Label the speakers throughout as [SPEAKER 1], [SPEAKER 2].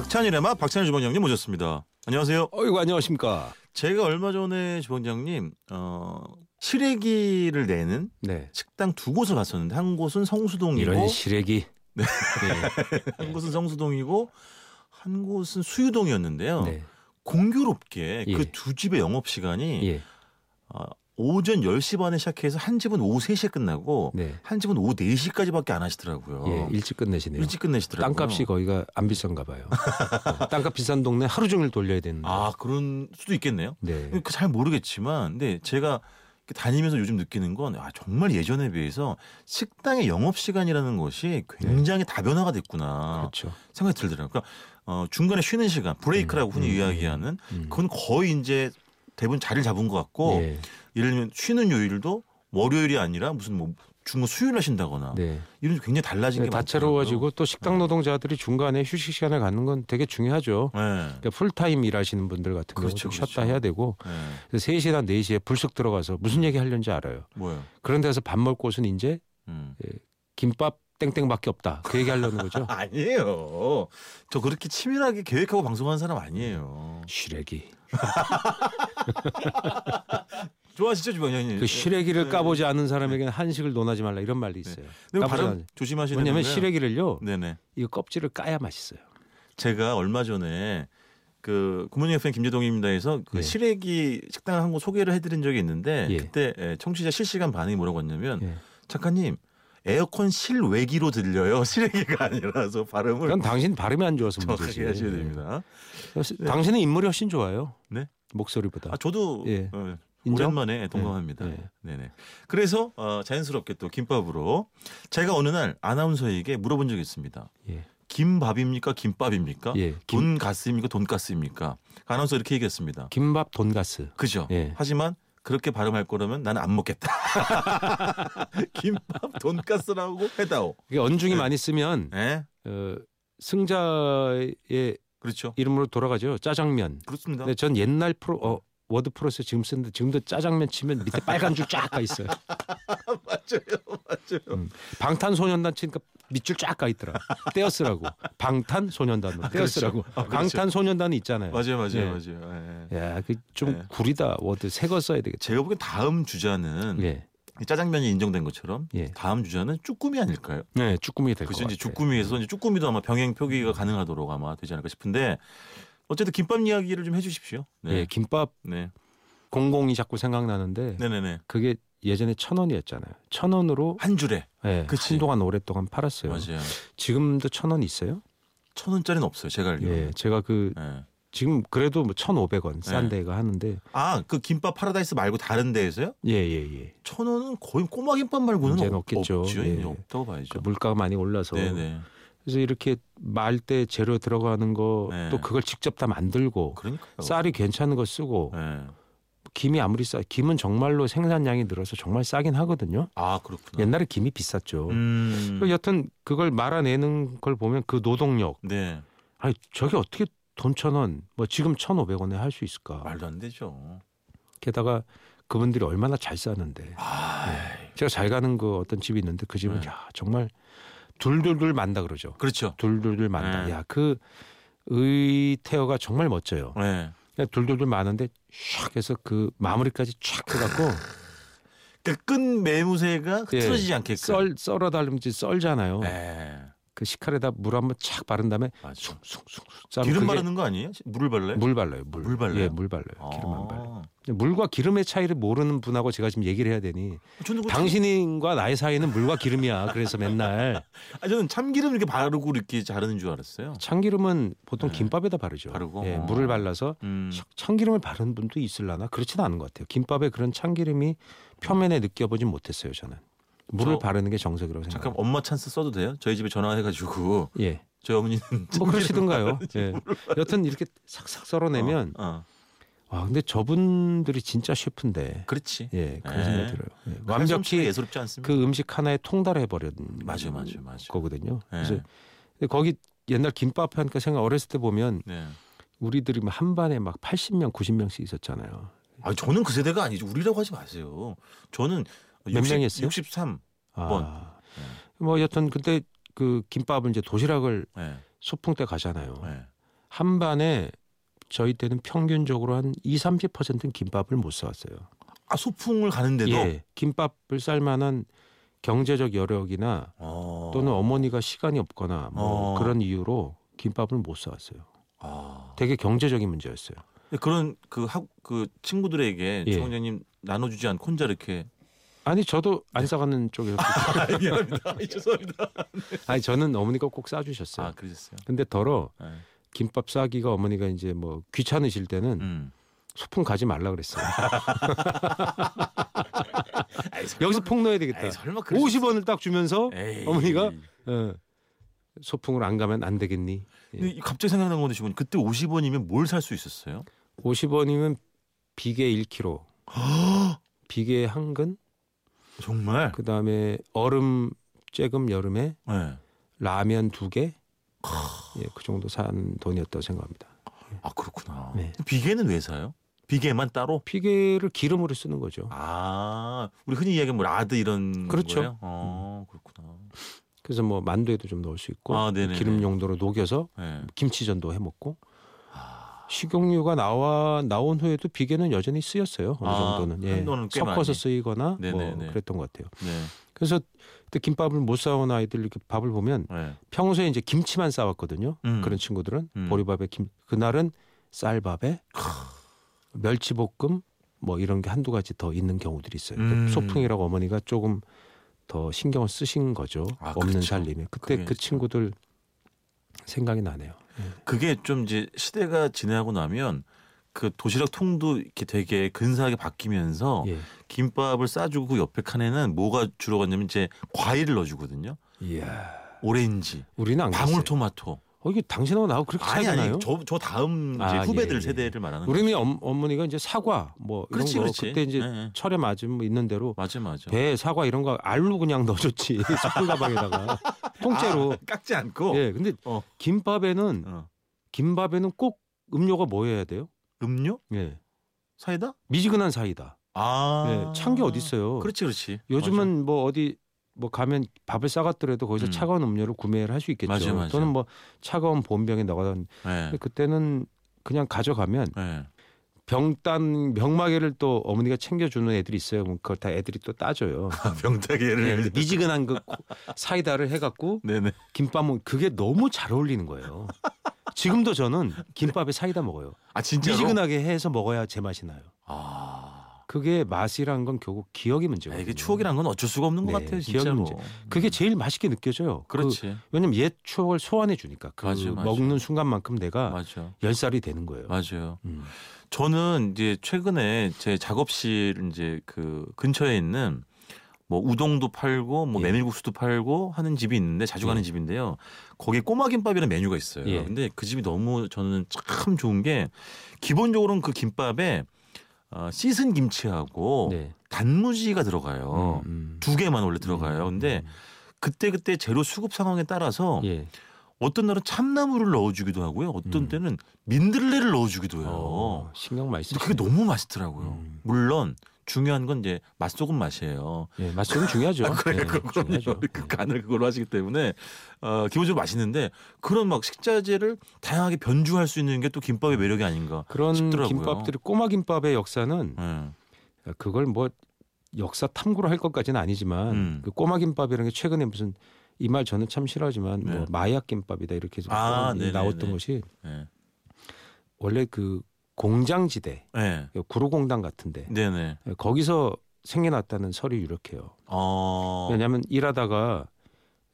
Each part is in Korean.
[SPEAKER 1] 박찬일의 맛 박찬일 주방장님 모셨습니다. 안녕하세요.
[SPEAKER 2] 어이구 안녕하십니까.
[SPEAKER 1] 제가 얼마 전에 주방장님 어, 시래기를 내는
[SPEAKER 2] 네.
[SPEAKER 1] 식당 두 곳을 갔었는데 한 곳은 성수동이고
[SPEAKER 2] 이런 시래기. 네.
[SPEAKER 1] 한 곳은 성수동이고 한 곳은 수유동이었는데요.
[SPEAKER 2] 네.
[SPEAKER 1] 공교롭게
[SPEAKER 2] 예.
[SPEAKER 1] 그 두 집의 영업 시간이
[SPEAKER 2] 예.
[SPEAKER 1] 어, 오전 10시 반에 시작해서 한 집은 오후 3시에 끝나고
[SPEAKER 2] 네.
[SPEAKER 1] 한 집은 오후 4시까지밖에 안 하시더라고요.
[SPEAKER 2] 예. 일찍 끝내시네요.
[SPEAKER 1] 어. 일찍 끝내시더라고요.
[SPEAKER 2] 땅값이 거기가 안 비싼가 봐요. 어, 땅값 비싼 동네 하루 종일 돌려야 되는데.
[SPEAKER 1] 아 그런 수도 있겠네요.
[SPEAKER 2] 네.
[SPEAKER 1] 그러니까 잘 모르겠지만 근데 제가 이렇게 다니면서 요즘 느끼는 건 아, 정말 예전에 비해서 식당의 영업 시간이라는 것이 굉장히 다변화가 됐구나
[SPEAKER 2] 네. 그렇죠.
[SPEAKER 1] 생각이 들더라고요. 그러니까 어, 중간에 쉬는 시간 브레이크라고 흔히 이야기하는
[SPEAKER 2] 음.
[SPEAKER 1] 그건 거의 이제 대부분 자리를 잡은 것 같고
[SPEAKER 2] 예.
[SPEAKER 1] 예를 들면 쉬는 요일도 월요일이 아니라 무슨 뭐 중간 수요일 하신다거나
[SPEAKER 2] 네.
[SPEAKER 1] 이런 게 굉장히 달라진 게 많더라고요.
[SPEAKER 2] 다채로워지고 또 식당 노동자들이 중간에 휴식 시간을 갖는 건 되게 중요하죠.
[SPEAKER 1] 네.
[SPEAKER 2] 그러니까 풀타임 일하시는 분들 같은 경우
[SPEAKER 1] 그렇죠,
[SPEAKER 2] 좀
[SPEAKER 1] 그렇죠.
[SPEAKER 2] 쉬었다 해야 되고
[SPEAKER 1] 네.
[SPEAKER 2] 3시나 4시에 불쑥 들어가서 무슨 얘기 하려는지 알아요.
[SPEAKER 1] 뭐예요?
[SPEAKER 2] 그런 데서 밥 먹을 곳은 이제
[SPEAKER 1] 음.
[SPEAKER 2] 네. 김밥 땡땡밖에 없다. 그 얘기 하려는 거죠.
[SPEAKER 1] 아니에요. 저 그렇게 치밀하게 계획하고 방송하는 사람 아니에요.
[SPEAKER 2] 시래기.
[SPEAKER 1] 좋아하시죠 주방장님?
[SPEAKER 2] 그 시래기를 까보지 않은 사람에게는 한식을 논하지 말라 이런 말이 있어요.
[SPEAKER 1] 네. 근데
[SPEAKER 2] 까보지
[SPEAKER 1] 발음
[SPEAKER 2] 않아요.
[SPEAKER 1] 조심하시는
[SPEAKER 2] 왜냐하면
[SPEAKER 1] 거예요.
[SPEAKER 2] 시래기를요,
[SPEAKER 1] 네네.
[SPEAKER 2] 이 껍질을 까야 맛있어요.
[SPEAKER 1] 제가 얼마 전에 그 구모닝 FM 김재동입니다에서 그
[SPEAKER 2] 예.
[SPEAKER 1] 시래기 식당 한 곳 소개를 해드린 적이 있는데
[SPEAKER 2] 예.
[SPEAKER 1] 그때 예, 청취자 실시간 반응이 뭐라고 했냐면
[SPEAKER 2] 예.
[SPEAKER 1] 작가님 에어컨 실외기로 들려요 시래기가 아니라서 발음을
[SPEAKER 2] 그건 당신 발음이 안 좋아서 문제지.
[SPEAKER 1] 정확하게 하셔야 됩니다.
[SPEAKER 2] 그래서 당신은 인물이 훨씬 좋아요.
[SPEAKER 1] 네?
[SPEAKER 2] 목소리보다.
[SPEAKER 1] 아 저도
[SPEAKER 2] 예.
[SPEAKER 1] 어,
[SPEAKER 2] 인정?
[SPEAKER 1] 오랜만에 동감합니다.
[SPEAKER 2] 예.
[SPEAKER 1] 네네. 그래서 어, 자연스럽게 또 김밥으로 제가 어느 날 아나운서에게 물어본 적이 있습니다.
[SPEAKER 2] 예.
[SPEAKER 1] 김밥입니까? 김밥입니까?
[SPEAKER 2] 예. 김,
[SPEAKER 1] 돈가스입니까? 돈가스입니까? 아나운서 이렇게 얘기했습니다.
[SPEAKER 2] 김밥 돈가스.
[SPEAKER 1] 그죠?
[SPEAKER 2] 예.
[SPEAKER 1] 하지만 그렇게 발음할 거라면 나는 안 먹겠다. 김밥 돈가스라고 해다오.
[SPEAKER 2] 이게 언중이
[SPEAKER 1] 예.
[SPEAKER 2] 많이 쓰면
[SPEAKER 1] 예.
[SPEAKER 2] 어, 승자의
[SPEAKER 1] 그렇죠.
[SPEAKER 2] 이름으로 돌아가죠. 짜장면.
[SPEAKER 1] 그렇습니다.
[SPEAKER 2] 근데 전 옛날 프로 어, 워드 프로세스 지금 쓰는데 지금도 짜장면 치면 밑에 빨간 줄 쫙 가 있어요.
[SPEAKER 1] 맞아요. 맞아요.
[SPEAKER 2] 음. 방탄소년단 치니까 밑줄 쫙 가 있더라. 떼어쓰라고. 방탄소년단으로 떼어쓰라고.
[SPEAKER 1] 그렇죠. 아, 그렇죠.
[SPEAKER 2] 방탄소년단이 있잖아요.
[SPEAKER 1] 맞아요. 맞아요.
[SPEAKER 2] 예.
[SPEAKER 1] 맞아요. 예.
[SPEAKER 2] 야, 그 좀
[SPEAKER 1] 네.
[SPEAKER 2] 구리다. 워드 새거 써야 되겠다.
[SPEAKER 1] 제가 보기엔 다음 주자는
[SPEAKER 2] 예.
[SPEAKER 1] 이 짜장면이 인정된 것처럼
[SPEAKER 2] 예.
[SPEAKER 1] 다음 주자는 쭈꾸미 아닐까요?
[SPEAKER 2] 네, 쭈꾸미 될것
[SPEAKER 1] 그죠
[SPEAKER 2] 같아요. 네.
[SPEAKER 1] 이제 쭈꾸미에서 이제 쭈꾸미도 아마 병행 표기가 가능하도록 아마 되지 않을까 싶은데 어쨌든 김밥 이야기를 좀 해주십시오. 네,
[SPEAKER 2] 예, 김밥
[SPEAKER 1] 네,
[SPEAKER 2] 공공이 자꾸 생각나는데
[SPEAKER 1] 네, 네, 네.
[SPEAKER 2] 그게 예전에 천 원이었잖아요. 천 원으로
[SPEAKER 1] 한 줄에
[SPEAKER 2] 예,
[SPEAKER 1] 그치.
[SPEAKER 2] 한동안 오랫동안 팔았어요.
[SPEAKER 1] 맞아요.
[SPEAKER 2] 지금도 천 원 있어요?
[SPEAKER 1] 천 원짜리는 없어요. 제가 알기로.
[SPEAKER 2] 예,
[SPEAKER 1] 예.
[SPEAKER 2] 제가 그 지금 그래도 뭐 1,500원 싼
[SPEAKER 1] 네.
[SPEAKER 2] 데가 하는데
[SPEAKER 1] 아, 그 김밥 파라다이스 말고 다른 데에서요?
[SPEAKER 2] 예, 예, 예.
[SPEAKER 1] 천 원은 거의 꼬마 김밥 말고는
[SPEAKER 2] 이제는
[SPEAKER 1] 없, 겠죠
[SPEAKER 2] 없겠죠.
[SPEAKER 1] 없죠.
[SPEAKER 2] 예.
[SPEAKER 1] 이제 없다고
[SPEAKER 2] 그
[SPEAKER 1] 봐야죠.
[SPEAKER 2] 물가가 많이 올라서
[SPEAKER 1] 그러니까. 네, 네.
[SPEAKER 2] 그래서 이렇게 말 때 재료 들어가는 거 또
[SPEAKER 1] 네.
[SPEAKER 2] 그걸 직접 다 만들고
[SPEAKER 1] 그러니까요.
[SPEAKER 2] 뭐 쌀이 괜찮은 거 쓰고
[SPEAKER 1] 예.
[SPEAKER 2] 김이 아무리 싸 김은 정말로 생산량이 늘어서 정말 싸긴 하거든요.
[SPEAKER 1] 아, 그렇구나.
[SPEAKER 2] 옛날에 김이 비쌌죠.
[SPEAKER 1] 음.
[SPEAKER 2] 그 여튼 그걸 말아내는 걸 보면 그 노동력
[SPEAKER 1] 네.
[SPEAKER 2] 아니 저게 어떻게 돈 천 원, 뭐 지금 천 오백 원에 할 수 있을까?
[SPEAKER 1] 말도 안 되죠.
[SPEAKER 2] 게다가 그분들이 얼마나 잘 싸는데
[SPEAKER 1] 아,
[SPEAKER 2] 제가 잘 가는 그 어떤 집이 있는데 그 집은
[SPEAKER 1] 네.
[SPEAKER 2] 야 정말 둘둘둘 만다 그러죠.
[SPEAKER 1] 그렇죠.
[SPEAKER 2] 둘둘둘 만다.
[SPEAKER 1] 네.
[SPEAKER 2] 야 그 의태어가 정말 멋져요.
[SPEAKER 1] 네.
[SPEAKER 2] 그냥 둘둘둘 많은데 샥 해서 그 마무리까지 촥 해갖고
[SPEAKER 1] 그끈 매무새가 흐트러지지 않게끔.
[SPEAKER 2] 예. 썰 썰어 달면지 썰잖아요.
[SPEAKER 1] 예.
[SPEAKER 2] 그 시칼에다 물 한번 착 바른 다음에
[SPEAKER 1] 맞아.
[SPEAKER 2] 숭숭숭 싸면
[SPEAKER 1] 기름
[SPEAKER 2] 그게
[SPEAKER 1] 바르는 거 아니에요? 물을 발라요?
[SPEAKER 2] 물 발라요. 물.
[SPEAKER 1] 물 발라요?
[SPEAKER 2] 예, 물 발라요. 기름
[SPEAKER 1] 아.
[SPEAKER 2] 안 발라요. 근데 물과 기름의 차이를 모르는 분하고 제가 지금 얘기를 해야 되니
[SPEAKER 1] 저는 그
[SPEAKER 2] 당신과 나의 사이는 물과 기름이야. 그래서 맨날
[SPEAKER 1] 참, 아, 저는 참기름 이렇게 바르고 이렇게 자르는 줄 알았어요.
[SPEAKER 2] 참기름은 보통
[SPEAKER 1] 네.
[SPEAKER 2] 김밥에다 바르죠.
[SPEAKER 1] 바르고?
[SPEAKER 2] 예,
[SPEAKER 1] 어.
[SPEAKER 2] 물을 발라서
[SPEAKER 1] 음.
[SPEAKER 2] 참- 참기름을 바른 분도 있을라나 그렇지는 않은 것 같아요. 김밥에 그런 참기름이 표면에 느껴보진 못했어요. 저는 물을
[SPEAKER 1] 저-
[SPEAKER 2] 바르는 게 정석이라고
[SPEAKER 1] 잠깐
[SPEAKER 2] 생각합니다.
[SPEAKER 1] 엄마 찬스 써도 돼요? 저희 집에 전화해가지고
[SPEAKER 2] 예,
[SPEAKER 1] 저희 어머니는
[SPEAKER 2] 뭐 그러시든가요. 예. 여튼 이렇게 싹싹 썰어내면
[SPEAKER 1] 어, 어.
[SPEAKER 2] 와 근데 저분들이 진짜 셰프인데
[SPEAKER 1] 그렇지.
[SPEAKER 2] 예
[SPEAKER 1] 예.
[SPEAKER 2] 그런 생각이 들어요. 예,
[SPEAKER 1] 완벽히
[SPEAKER 2] 완벽히
[SPEAKER 1] 예사롭지 않습니다.
[SPEAKER 2] 그 음식 하나에 통달해 버린
[SPEAKER 1] 맞아, 맞아, 맞아.
[SPEAKER 2] 거거든요.
[SPEAKER 1] 예.
[SPEAKER 2] 그래서 근데 거기 옛날 김밥 하니까 생각 어렸을 때 보면
[SPEAKER 1] 네.
[SPEAKER 2] 우리들이 막한 반에 막 80명, 90명씩 있었잖아요.
[SPEAKER 1] 아 저는 그 세대가 아니죠. 우리라고 하지 마세요. 저는
[SPEAKER 2] 몇
[SPEAKER 1] 60,
[SPEAKER 2] 명이 했어요?
[SPEAKER 1] 63.
[SPEAKER 2] 아.
[SPEAKER 1] 네.
[SPEAKER 2] 뭐 여튼 그때 그 김밥은 이제 도시락을
[SPEAKER 1] 예.
[SPEAKER 2] 소풍 때 가잖아요.
[SPEAKER 1] 예.
[SPEAKER 2] 한반에 저희 때는 평균적으로 한 2, 30%는 김밥을 못 사왔어요.
[SPEAKER 1] 아 소풍을 가는데도
[SPEAKER 2] 예, 김밥을 쌀 만한 경제적 여력이나
[SPEAKER 1] 어.
[SPEAKER 2] 또는 어머니가 시간이 없거나 뭐
[SPEAKER 1] 어.
[SPEAKER 2] 그런 이유로 김밥을 못 사왔어요.
[SPEAKER 1] 아.
[SPEAKER 2] 되게 경제적인 문제였어요.
[SPEAKER 1] 근데 그런 그, 학, 그 친구들에게
[SPEAKER 2] 예.
[SPEAKER 1] 최 총장님 나눠주지 않고 혼자 이렇게
[SPEAKER 2] 아니 저도
[SPEAKER 1] 네.
[SPEAKER 2] 안 사가는 쪽에서
[SPEAKER 1] 아, 미안합니다 죄송합니다
[SPEAKER 2] 아니 저는 어머니가 꼭 싸주셨어요.
[SPEAKER 1] 아 그러셨어요
[SPEAKER 2] 근데 더러
[SPEAKER 1] 네.
[SPEAKER 2] 김밥 싸기가 어머니가 이제 뭐 귀찮으실 때는
[SPEAKER 1] 음.
[SPEAKER 2] 소풍 가지 말라 그랬어요. 여기서 폭로해야 되겠다.
[SPEAKER 1] 에이, 설마 그러실-
[SPEAKER 2] 50원을 딱 주면서
[SPEAKER 1] 에이. 예.
[SPEAKER 2] 어머니가?
[SPEAKER 1] 네.
[SPEAKER 2] 어, 소풍을 안 가면 안 되겠니?
[SPEAKER 1] 근데 이- 갑자기 생각난 건데 지금 그때 50원이면 뭘 살 수 있었어요?
[SPEAKER 2] 50원이면 비계 1kg, 비계 한 근,
[SPEAKER 1] 정말?
[SPEAKER 2] 그 다음에 얼음 쬐금 여름에
[SPEAKER 1] 네.
[SPEAKER 2] 라면 두 개, 예, 그 정도 산 돈이었다고 생각합니다.
[SPEAKER 1] 아 그렇구나.
[SPEAKER 2] 네.
[SPEAKER 1] 비계는 왜 사요? 비계만 따로?
[SPEAKER 2] 비계를 기름으로 쓰는 거죠.
[SPEAKER 1] 아 우리 흔히 이야기하는 뭐 라드 이런
[SPEAKER 2] 그렇죠.
[SPEAKER 1] 거예요? 아 그렇구나.
[SPEAKER 2] 그래서 뭐 만두에도 좀 넣을 수 있고
[SPEAKER 1] 아, 네네네.
[SPEAKER 2] 기름 용도로 녹여서
[SPEAKER 1] 네.
[SPEAKER 2] 김치전도 해 먹고
[SPEAKER 1] 아.
[SPEAKER 2] 식용유가 나와 나온 후에도 비계는 여전히 쓰였어요 어느
[SPEAKER 1] 아,
[SPEAKER 2] 정도는 예.
[SPEAKER 1] 한동안은 꽤
[SPEAKER 2] 섞어서
[SPEAKER 1] 많이.
[SPEAKER 2] 쓰이거나 뭐
[SPEAKER 1] 네네네.
[SPEAKER 2] 그랬던 것 같아요.
[SPEAKER 1] 네.
[SPEAKER 2] 그래서 그때 김밥을 못 싸온 아이들 이렇게 밥을 보면
[SPEAKER 1] 네.
[SPEAKER 2] 평소에 이제 김치만 싸왔거든요.
[SPEAKER 1] 음.
[SPEAKER 2] 그런 친구들은
[SPEAKER 1] 음.
[SPEAKER 2] 보리밥에 김 그날은 쌀밥에 멸치볶음 뭐 이런 게 한두 가지 더 있는 경우들이 있어요. 그
[SPEAKER 1] 음.
[SPEAKER 2] 소풍이라고 어머니가 조금 더 신경을 쓰신 거죠.
[SPEAKER 1] 아,
[SPEAKER 2] 없는
[SPEAKER 1] 그렇죠.
[SPEAKER 2] 살림에. 그때
[SPEAKER 1] 그게
[SPEAKER 2] 그 친구들 생각이 나네요.
[SPEAKER 1] 그게 좀 이제 시대가 지나고 나면 그 도시락 통도 이렇게 되게 근사하게 바뀌면서
[SPEAKER 2] 예.
[SPEAKER 1] 김밥을 싸주고 그 옆에 칸에는 뭐가 주로 갔냐면 이제 과일을 넣어주거든요.
[SPEAKER 2] 이야.
[SPEAKER 1] 오렌지,
[SPEAKER 2] 우리는 안 아, 그랬어요.
[SPEAKER 1] 방울토마토.
[SPEAKER 2] 어, 이게 당신하고 나하고 그렇게
[SPEAKER 1] 아니
[SPEAKER 2] 차이나요?
[SPEAKER 1] 아니 저, 저 다음 이제
[SPEAKER 2] 아,
[SPEAKER 1] 후배들
[SPEAKER 2] 예, 예.
[SPEAKER 1] 세대를 말하는 거예요.
[SPEAKER 2] 우리는 엄, 어머니가 이제 사과 뭐 이런
[SPEAKER 1] 그렇지 그렇죠.
[SPEAKER 2] 거
[SPEAKER 1] 그렇지.
[SPEAKER 2] 그때 이제
[SPEAKER 1] 예, 예.
[SPEAKER 2] 철에 맞으면 뭐 있는 대로
[SPEAKER 1] 맞아 맞아.
[SPEAKER 2] 배 사과 이런 거 알로 그냥 넣어줬지 소풍 가방에다가 통째로
[SPEAKER 1] 아, 깎지 않고
[SPEAKER 2] 예 근데
[SPEAKER 1] 어.
[SPEAKER 2] 김밥에는
[SPEAKER 1] 어.
[SPEAKER 2] 김밥에는 꼭 음료가 뭐여야 돼요
[SPEAKER 1] 음료
[SPEAKER 2] 예
[SPEAKER 1] 사이다?
[SPEAKER 2] 미지근한 사이다
[SPEAKER 1] 아,
[SPEAKER 2] 예 찬 게 어디 있어요
[SPEAKER 1] 그렇지 그렇지.
[SPEAKER 2] 요즘은 뭐 어디 뭐 가면 밥을 싸갔더라도 거기서
[SPEAKER 1] 음.
[SPEAKER 2] 차가운 음료를 구매를 할 수 있겠죠
[SPEAKER 1] 맞아요, 맞아요.
[SPEAKER 2] 또는 뭐 차가운 본병에 넣어가 근데
[SPEAKER 1] 맞아. 예.
[SPEAKER 2] 그때는 그냥 가져가면
[SPEAKER 1] 예.
[SPEAKER 2] 병단 병마개를 또 어머니가 챙겨주는 애들이 있어요 그럼 그걸 다 애들이 또 따줘요
[SPEAKER 1] 아,
[SPEAKER 2] 예,
[SPEAKER 1] 병따개를
[SPEAKER 2] 근데 미지근한 그 사이다를 해갖고
[SPEAKER 1] 네네.
[SPEAKER 2] 김밥은 그게 너무 잘 어울리는 거예요. 지금도 저는 김밥에 사이다 먹어요.
[SPEAKER 1] 아 진짜로.
[SPEAKER 2] 미지근하게 해서 먹어야 제 맛이 나요.
[SPEAKER 1] 아.
[SPEAKER 2] 그게 맛이란 건 결국 기억의 문제예요.
[SPEAKER 1] 아, 이게 추억이란 건 어쩔 수가 없는
[SPEAKER 2] 네,
[SPEAKER 1] 것 같아요,
[SPEAKER 2] 기억의
[SPEAKER 1] 진짜로.
[SPEAKER 2] 문제. 그게 제일 맛있게 느껴져요. 그-
[SPEAKER 1] 그렇지.
[SPEAKER 2] 왜냐면 옛 추억을 소환해 주니까 그
[SPEAKER 1] 맞아요, 맞아요.
[SPEAKER 2] 먹는 순간만큼 내가
[SPEAKER 1] 맞아.
[SPEAKER 2] 열 살이 되는 거예요.
[SPEAKER 1] 맞아요.
[SPEAKER 2] 음.
[SPEAKER 1] 저는 이제 최근에 제 작업실 이제 그 근처에 있는 뭐 우동도 팔고 뭐
[SPEAKER 2] 예.
[SPEAKER 1] 메밀국수도 팔고 하는 집이 있는데 자주 가는
[SPEAKER 2] 예.
[SPEAKER 1] 집인데요. 거기에 꼬마김밥이라는 메뉴가 있어요.
[SPEAKER 2] 예.
[SPEAKER 1] 근데 그 집이 너무 저는 참 좋은 게 기본적으로는 그 김밥에 어, 씻은 김치하고
[SPEAKER 2] 네.
[SPEAKER 1] 단무지가 어, 들어가요.
[SPEAKER 2] 음, 음.
[SPEAKER 1] 두 개만 원래 들어가요. 근데 어, 그때그때 재료 수급 상황에 따라서
[SPEAKER 2] 예.
[SPEAKER 1] 어떤 날은 참나물을 넣어주기도 하고요. 어떤
[SPEAKER 2] 음.
[SPEAKER 1] 때는 민들레를 넣어주기도 해요.
[SPEAKER 2] 어, 신경 많이 쓰.
[SPEAKER 1] 근데 그게 너무 맛있더라고요.
[SPEAKER 2] 음.
[SPEAKER 1] 물론 중요한 건 이제 맛소금 맛이에요. 네,
[SPEAKER 2] 예, 맛은 중요하죠. 예,
[SPEAKER 1] 아, 그럼요. 그 간을 그걸로 하시기 때문에 어, 기본적으로 맛있는데 그런 막 식자재를 다양하게 변주할 수 있는 게 또 김밥의 매력이 아닌가.
[SPEAKER 2] 그런
[SPEAKER 1] 싶더라고요.
[SPEAKER 2] 김밥들이 꼬마 김밥의 역사는
[SPEAKER 1] 예.
[SPEAKER 2] 그걸 뭐 역사 탐구를 할 것까지는 아니지만
[SPEAKER 1] 음.
[SPEAKER 2] 그 꼬마 김밥이라는 게 최근에 무슨 이 말 저는 참 싫어하지만 뭐
[SPEAKER 1] 네.
[SPEAKER 2] 마약 김밥이다 이렇게 해서
[SPEAKER 1] 아,
[SPEAKER 2] 이-
[SPEAKER 1] 네네네.
[SPEAKER 2] 나왔던 것이
[SPEAKER 1] 예.
[SPEAKER 2] 원래 그 공장지대
[SPEAKER 1] 예.
[SPEAKER 2] 구로공단 같은데
[SPEAKER 1] 네네.
[SPEAKER 2] 거기서 생겨났다는 설이 유력해요.
[SPEAKER 1] 어.
[SPEAKER 2] 왜냐하면 일하다가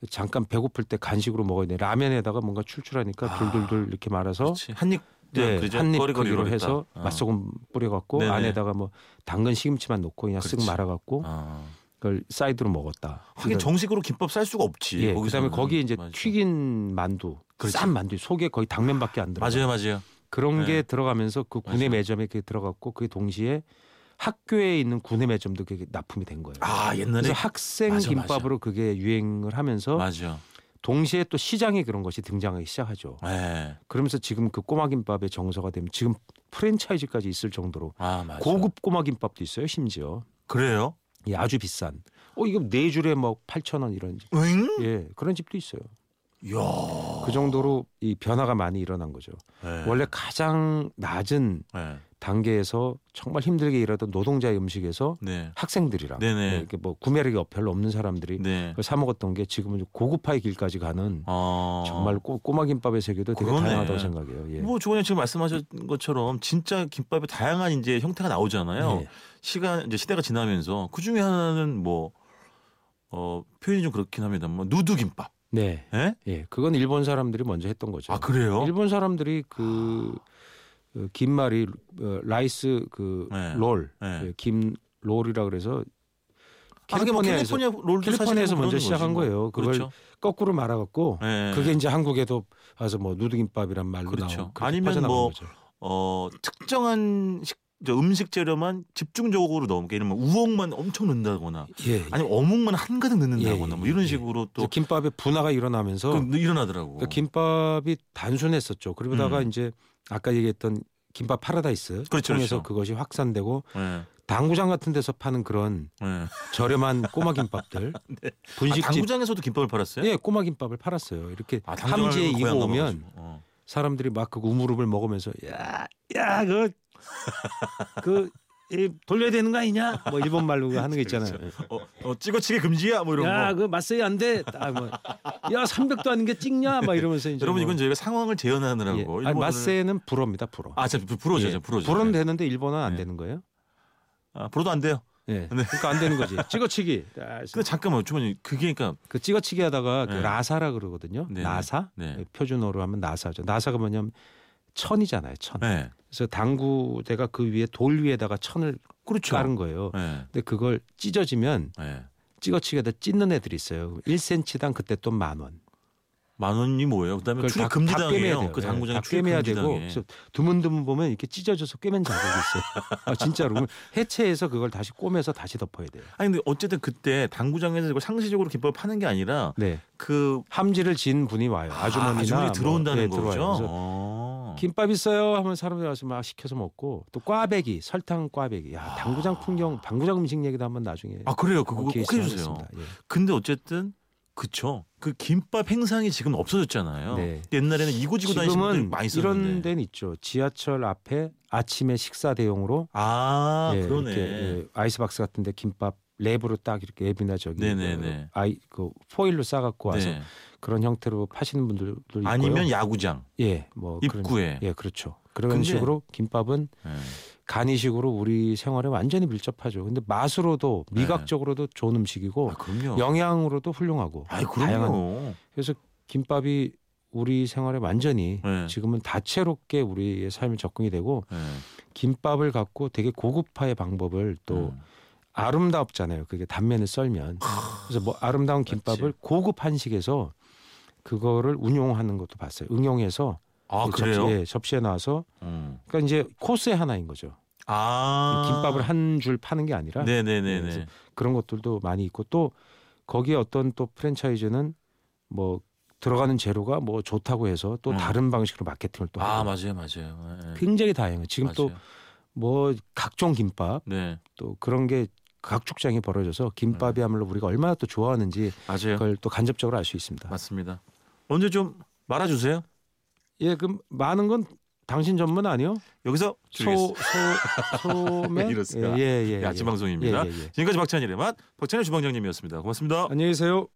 [SPEAKER 2] 잠깐 배고플 때 간식으로 먹어야 돼 라면에다가 뭔가 출출하니까
[SPEAKER 1] 아,
[SPEAKER 2] 둘둘둘 이렇게 말아서
[SPEAKER 1] 그렇지. 한입
[SPEAKER 2] 네,
[SPEAKER 1] 그러죠.
[SPEAKER 2] 한입
[SPEAKER 1] 거리거리로
[SPEAKER 2] 크기로 해서
[SPEAKER 1] 했다. 어.
[SPEAKER 2] 맛소금 뿌려갖고
[SPEAKER 1] 네네.
[SPEAKER 2] 안에다가 뭐 당근 시금치만 넣고 그냥 쓱
[SPEAKER 1] 그렇지.
[SPEAKER 2] 말아갖고
[SPEAKER 1] 어.
[SPEAKER 2] 그걸 사이드로 먹었다.
[SPEAKER 1] 하긴 정식으로 김밥 쌀 수가 없지.
[SPEAKER 2] 예, 그다음에
[SPEAKER 1] 거기서는.
[SPEAKER 2] 거기 이제
[SPEAKER 1] 맞아.
[SPEAKER 2] 튀긴 만두,
[SPEAKER 1] 그렇지.
[SPEAKER 2] 싼 만두 속에 거의 당면밖에 안 들어.
[SPEAKER 1] 맞아요, 맞아요.
[SPEAKER 2] 그런
[SPEAKER 1] 네.
[SPEAKER 2] 게 들어가면서 그 군의
[SPEAKER 1] 맞아요.
[SPEAKER 2] 매점에 그게 들어갔고 그게 동시에 학교에 있는 군의 매점도 그게 납품이 된 거예요.
[SPEAKER 1] 아
[SPEAKER 2] 그래서
[SPEAKER 1] 옛날에
[SPEAKER 2] 학생
[SPEAKER 1] 맞아, 맞아.
[SPEAKER 2] 김밥으로 그게 유행을 하면서
[SPEAKER 1] 맞아.
[SPEAKER 2] 동시에 또 시장에 그런 것이 등장하기 시작하죠.
[SPEAKER 1] 예.
[SPEAKER 2] 그러면서 지금 그 꼬마 김밥의 정서가 되면 지금 프랜차이즈까지 있을 정도로
[SPEAKER 1] 아 맞아.
[SPEAKER 2] 고급 꼬마 김밥도 있어요. 심지어
[SPEAKER 1] 그래요?
[SPEAKER 2] 예, 아주 비싼. 어 이거 네 줄에 뭐 8천 원 이런 집.
[SPEAKER 1] 응?
[SPEAKER 2] 예 그런 집도 있어요.
[SPEAKER 1] 야.
[SPEAKER 2] 그 정도로 이 변화가 많이 일어난 거죠.
[SPEAKER 1] 네.
[SPEAKER 2] 원래 가장 낮은
[SPEAKER 1] 네.
[SPEAKER 2] 단계에서 정말 힘들게 일하던 노동자의 음식에서
[SPEAKER 1] 네.
[SPEAKER 2] 학생들이랑
[SPEAKER 1] 네네.
[SPEAKER 2] 네, 이렇게 뭐 구매력이 별로 없는 사람들이
[SPEAKER 1] 네.
[SPEAKER 2] 그걸 사 먹었던 게 지금은 좀 고급화의 길까지 가는
[SPEAKER 1] 어.
[SPEAKER 2] 정말 꼬, 꼬마 김밥의 세계도 되게
[SPEAKER 1] 그러네.
[SPEAKER 2] 다양하다고 생각해요. 예.
[SPEAKER 1] 뭐 조원님 지금 말씀하신 것처럼 진짜 김밥의 다양한 이제 형태가 나오잖아요.
[SPEAKER 2] 예.
[SPEAKER 1] 시간 이제 시대가 지나면서 그 중에 하나는 뭐 어, 표현이 좀 그렇긴 합니다만 뭐, 누드 김밥.
[SPEAKER 2] 네.
[SPEAKER 1] 예?
[SPEAKER 2] 예, 그건 일본 사람들이 먼저 했던 거죠.
[SPEAKER 1] 아 그래요? 아.
[SPEAKER 2] 일본 사람들이 그긴 말이 어, 라이스
[SPEAKER 1] 네.
[SPEAKER 2] 그롤 예,
[SPEAKER 1] 네.
[SPEAKER 2] 김 롤이라 그래서
[SPEAKER 1] 아, 그게 뭐
[SPEAKER 2] 캘리포니아에서
[SPEAKER 1] 캘리포니아 롤도 사실은
[SPEAKER 2] 캘리포니아에서 먼저
[SPEAKER 1] 뭐 그런
[SPEAKER 2] 시작한
[SPEAKER 1] 거지.
[SPEAKER 2] 거예요. 그걸
[SPEAKER 1] 그렇죠.
[SPEAKER 2] 거꾸로 말아갖고
[SPEAKER 1] 예.
[SPEAKER 2] 그게 이제 한국에도 와서 뭐 누드김밥이란 말로
[SPEAKER 1] 그렇죠.
[SPEAKER 2] 나오고
[SPEAKER 1] 아니면
[SPEAKER 2] 퍼져나간
[SPEAKER 1] 뭐
[SPEAKER 2] 거죠.
[SPEAKER 1] 어 특정한 식, 저 음식 재료만 집중적으로 넣으면 예를 들면 우엉만 엄청 넣는다거나
[SPEAKER 2] 예, 예.
[SPEAKER 1] 아니면 어묵만 한가득 넣는다거나
[SPEAKER 2] 예, 예,
[SPEAKER 1] 뭐 이런
[SPEAKER 2] 예.
[SPEAKER 1] 식으로 또
[SPEAKER 2] 그래서 김밥의 분화가 일어나면서
[SPEAKER 1] 그, 일어나더라고.
[SPEAKER 2] 그러니까 김밥이 단순했었죠. 그러다가
[SPEAKER 1] 음.
[SPEAKER 2] 이제 아까 얘기했던 김밥 파라다이스
[SPEAKER 1] 그렇죠,
[SPEAKER 2] 통해서
[SPEAKER 1] 그렇죠.
[SPEAKER 2] 그것이 확산되고
[SPEAKER 1] 예.
[SPEAKER 2] 당구장 같은 데서 파는 그런
[SPEAKER 1] 예.
[SPEAKER 2] 저렴한 꼬마 김밥들 분식집
[SPEAKER 1] 아, 당구장에서도 김밥을 팔았어요?
[SPEAKER 2] 예 꼬마 김밥을 팔았어요. 이렇게
[SPEAKER 1] 아, 당구장을
[SPEAKER 2] 함지에
[SPEAKER 1] 고향
[SPEAKER 2] 이고 오면
[SPEAKER 1] 넘어가지고. 어.
[SPEAKER 2] 사람들이 막 그 우무릎을 먹으면서 야야그그 그, 돌려야 되는 거 아니냐? 뭐 일본 말로 하는 거 있잖아요.
[SPEAKER 1] 어, 어, 찍어치기 금지야 뭐 이런 거.
[SPEAKER 2] 야그 맞서야 안 돼. 아, 뭐야 300도 아닌 게 찍냐? 막 이러면서 이제
[SPEAKER 1] 여러분
[SPEAKER 2] 뭐-
[SPEAKER 1] 이건 저희가 상황을 재현하느라고.
[SPEAKER 2] 예.
[SPEAKER 1] 일본어를-
[SPEAKER 2] 아니, 마세는 불어입니다. 불어.
[SPEAKER 1] 아, 참 불어죠, 예. 불어죠.
[SPEAKER 2] 불어는
[SPEAKER 1] 예.
[SPEAKER 2] 되는데 일본은 안
[SPEAKER 1] 예.
[SPEAKER 2] 되는 거예요?
[SPEAKER 1] 아, 불어도 안 돼요.
[SPEAKER 2] 예. 그러니까 안 되는 거지. 찍어치기. 아,
[SPEAKER 1] 근데 잠깐만, 주머니 그게 그러니까
[SPEAKER 2] 그 찍어치기 하다가 그
[SPEAKER 1] 네.
[SPEAKER 2] 라사라 그러거든요.
[SPEAKER 1] 네.
[SPEAKER 2] 나사. 예,
[SPEAKER 1] 네.
[SPEAKER 2] 표준어로 하면 나사죠. 나사가 뭐냐면 천이잖아요. 천.
[SPEAKER 1] 네.
[SPEAKER 2] 그래서 당구대가 그 위에 돌 위에다가 천을
[SPEAKER 1] 그렇죠.
[SPEAKER 2] 깔은 거예요.
[SPEAKER 1] 네.
[SPEAKER 2] 근데 그걸 찢어지면
[SPEAKER 1] 네.
[SPEAKER 2] 찍어치기에다 찢는 애들이 있어요. 1cm당 그때 돈 만 원.
[SPEAKER 1] 만 원이 뭐예요? 그다음에
[SPEAKER 2] 그걸
[SPEAKER 1] 출입
[SPEAKER 2] 다- 다 꿰매야 돼요.
[SPEAKER 1] 금지당해요. 그
[SPEAKER 2] 예,
[SPEAKER 1] 당구장에
[SPEAKER 2] 다
[SPEAKER 1] 출입
[SPEAKER 2] 꿰매야 되고
[SPEAKER 1] 금지당해.
[SPEAKER 2] 그래서 드문드문 보면 이렇게 찢어져서 꿰맨 자국이 있어요. 아, 진짜로 그럼 해체해서 그걸 다시 꼬매서 다시 덮어야 돼요.
[SPEAKER 1] 아니 근데 어쨌든 그때 당구장에서 이거 상시적으로 김밥을 파는 게 아니라
[SPEAKER 2] 네.
[SPEAKER 1] 그
[SPEAKER 2] 함지를 진 분이 와요. 아주머니나
[SPEAKER 1] 아주머니 들어온다는
[SPEAKER 2] 뭐, 네, 들어와요.
[SPEAKER 1] 거죠.
[SPEAKER 2] 그래서
[SPEAKER 1] 어.
[SPEAKER 2] 김밥 있어요 하면 사람들이 와서 막 시켜서 먹고 또 꽈배기 설탕 꽈배기 야 당구장 풍경 당구장 음식 얘기도 한번 나중에
[SPEAKER 1] 아 그래요. 그거 꼭
[SPEAKER 2] 기회 있으면
[SPEAKER 1] 해주세요.
[SPEAKER 2] 하겠습니다. 예.
[SPEAKER 1] 근데 어쨌든 그쵸. 그 김밥 행상이 지금 없어졌잖아요.
[SPEAKER 2] 네.
[SPEAKER 1] 옛날에는 이고지고 다니시는 분들
[SPEAKER 2] 지금은
[SPEAKER 1] 많이 있었는데.
[SPEAKER 2] 이런 데는 있죠 지하철 앞에 아침에 식사 대용으로
[SPEAKER 1] 아
[SPEAKER 2] 예,
[SPEAKER 1] 그러네.
[SPEAKER 2] 이렇게 예, 아이스박스 같은데 김밥 랩으로 딱 이렇게 앱이나 저기
[SPEAKER 1] 네네네.
[SPEAKER 2] 그 아이 그 포일로 싸갖고 와서
[SPEAKER 1] 네.
[SPEAKER 2] 그런 형태로 파시는 분들도 있고요.
[SPEAKER 1] 아니면 야구장
[SPEAKER 2] 예뭐
[SPEAKER 1] 입구에.
[SPEAKER 2] 예 그렇죠 그런
[SPEAKER 1] 근데-
[SPEAKER 2] 식으로 김밥은
[SPEAKER 1] 예.
[SPEAKER 2] 간이식으로 우리 생활에 완전히 밀접하죠. 근데 맛으로도 미각적으로도 좋은 음식이고
[SPEAKER 1] 네. 아, 그럼요.
[SPEAKER 2] 어, 영양으로도 훌륭하고
[SPEAKER 1] 아이 그럼요.
[SPEAKER 2] 그래서 김밥이 우리 생활에 완전히
[SPEAKER 1] 네.
[SPEAKER 2] 지금은 다채롭게 우리의 삶에 접근이 되고
[SPEAKER 1] 예.
[SPEAKER 2] 김밥을 갖고 되게 고급화의 방법을 또
[SPEAKER 1] 음.
[SPEAKER 2] 아름답잖아요. 그게 단면을 썰면 그래서 뭐 아름다운 김밥을 고급 한식에서 그거를 운용하는 것도 봤어요. 응용해서
[SPEAKER 1] 아
[SPEAKER 2] 이
[SPEAKER 1] 그래요.
[SPEAKER 2] 접시, 예, 접시에 나와서
[SPEAKER 1] 음.
[SPEAKER 2] 그러니까 이제 코스의 하나인 거죠.
[SPEAKER 1] 아
[SPEAKER 2] 김밥을 한 줄 파는 게 아니라
[SPEAKER 1] 네네네네.
[SPEAKER 2] 그래서 그런 것들도 많이 있고 또 거기에 어떤 또 프랜차이즈는 뭐 들어가는 재료가 뭐 좋다고 해서 또
[SPEAKER 1] 음.
[SPEAKER 2] 다른 방식으로 마케팅을 또
[SPEAKER 1] 아
[SPEAKER 2] 뭐 하고
[SPEAKER 1] 맞아요 맞아요. 예, 예.
[SPEAKER 2] 굉장히 다양해요. 그 지금
[SPEAKER 1] 맞아요.
[SPEAKER 2] 또 뭐 각종 김밥
[SPEAKER 1] 네
[SPEAKER 2] 또 그런 게 각축장이 벌어져서
[SPEAKER 1] 음.
[SPEAKER 2] 김밥이야말로 우리가 얼마나 또 좋아하는지
[SPEAKER 1] 맞아요
[SPEAKER 2] 그걸 또 간접적으로 알 수 있습니다.
[SPEAKER 1] 그렇죠. 맞습니다. 언제 좀 말아주세요.
[SPEAKER 2] 예, 그럼 많은 건 당신 전문 아니요?
[SPEAKER 1] 여기서 줄이겠습니다.
[SPEAKER 2] 소소 소매
[SPEAKER 1] 왜 이러세요?
[SPEAKER 2] 예, 예, 예.
[SPEAKER 1] 예, 아침 방송입니다.
[SPEAKER 2] 예, 예, 예.
[SPEAKER 1] 지금까지 박찬일의 맛 박찬일 주방장님이었습니다. 고맙습니다.
[SPEAKER 2] 안녕히 계세요.